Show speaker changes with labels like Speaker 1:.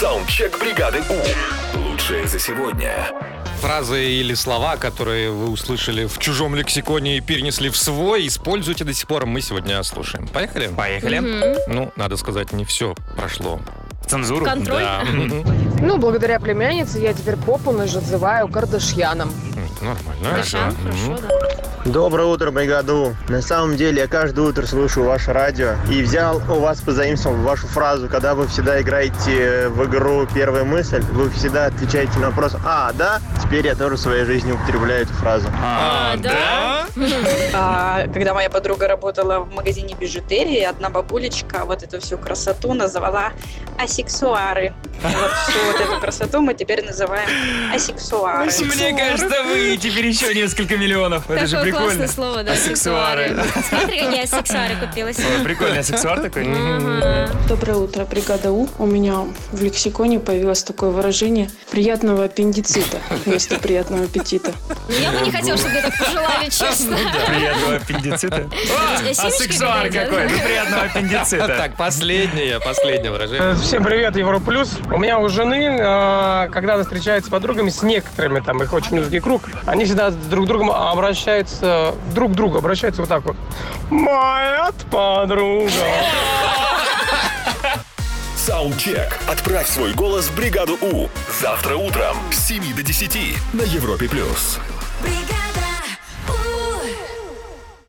Speaker 1: Саундчек бригады У. Лучшее за сегодня.
Speaker 2: Фразы или слова, которые вы услышали в чужом лексиконе и перенесли в свой, используйте до сих пор. Мы сегодня слушаем. Поехали?
Speaker 3: Поехали.
Speaker 2: Ну, надо сказать, не все прошло.
Speaker 3: Цензуру.
Speaker 4: Контроль?
Speaker 3: Да.
Speaker 5: Ну, благодаря племяннице я теперь попу называю Кардашьяном.
Speaker 2: М, это Нормально.
Speaker 4: Хорошо, хорошо, да.
Speaker 6: Доброе утро, бригаду. На самом деле, я каждое утро слушаю ваше радио и взял у вас позаимствовал вашу фразу, когда вы всегда играете в игру «Первая мысль», вы всегда отвечаете на вопрос «А, да?» Теперь я тоже в своей жизни употребляю эту фразу.
Speaker 4: А, да?
Speaker 7: А, когда моя подруга работала в магазине бижутерии, одна бабулечка вот эту всю красоту назвала асексуары. Вот всю вот эту красоту мы теперь называем асексуары.
Speaker 3: Мне кажется, вы теперь еще несколько миллионов. Это же
Speaker 4: Такое
Speaker 3: прикольно.
Speaker 4: классное слово, да?
Speaker 3: Асексуары.
Speaker 4: сексуары. Смотри, как я сексуары купилась.
Speaker 3: Ой, Прикольный сексуар такой.
Speaker 4: Ага.
Speaker 8: Доброе утро, бригада У. У меня в лексиконе появилось такое выражение «приятного аппендицита» вместо «приятного аппетита».
Speaker 4: Ну, Я бы не хотела, чтобы ты так пожелали, честно.
Speaker 3: Приятного аппендицита.
Speaker 4: А семечки
Speaker 3: А сексуар
Speaker 4: кидать, да?
Speaker 3: какой. Ну, приятного
Speaker 2: А,
Speaker 3: аппендицита.
Speaker 2: Так, последнее, последнее выражение.
Speaker 9: Э, Всем привет, Европлюс. У меня у жены, э, когда она встречается с подругами, с некоторыми, там их очень узкий круг, они всегда с друг другом обращаются, друг к другу обращаются вот так вот. Моя подруга.
Speaker 1: Саундчек. Отправь свой голос в бригаду У. Завтра утром с 7 до 10 на Европе+. плюс.
Speaker 10: бригада.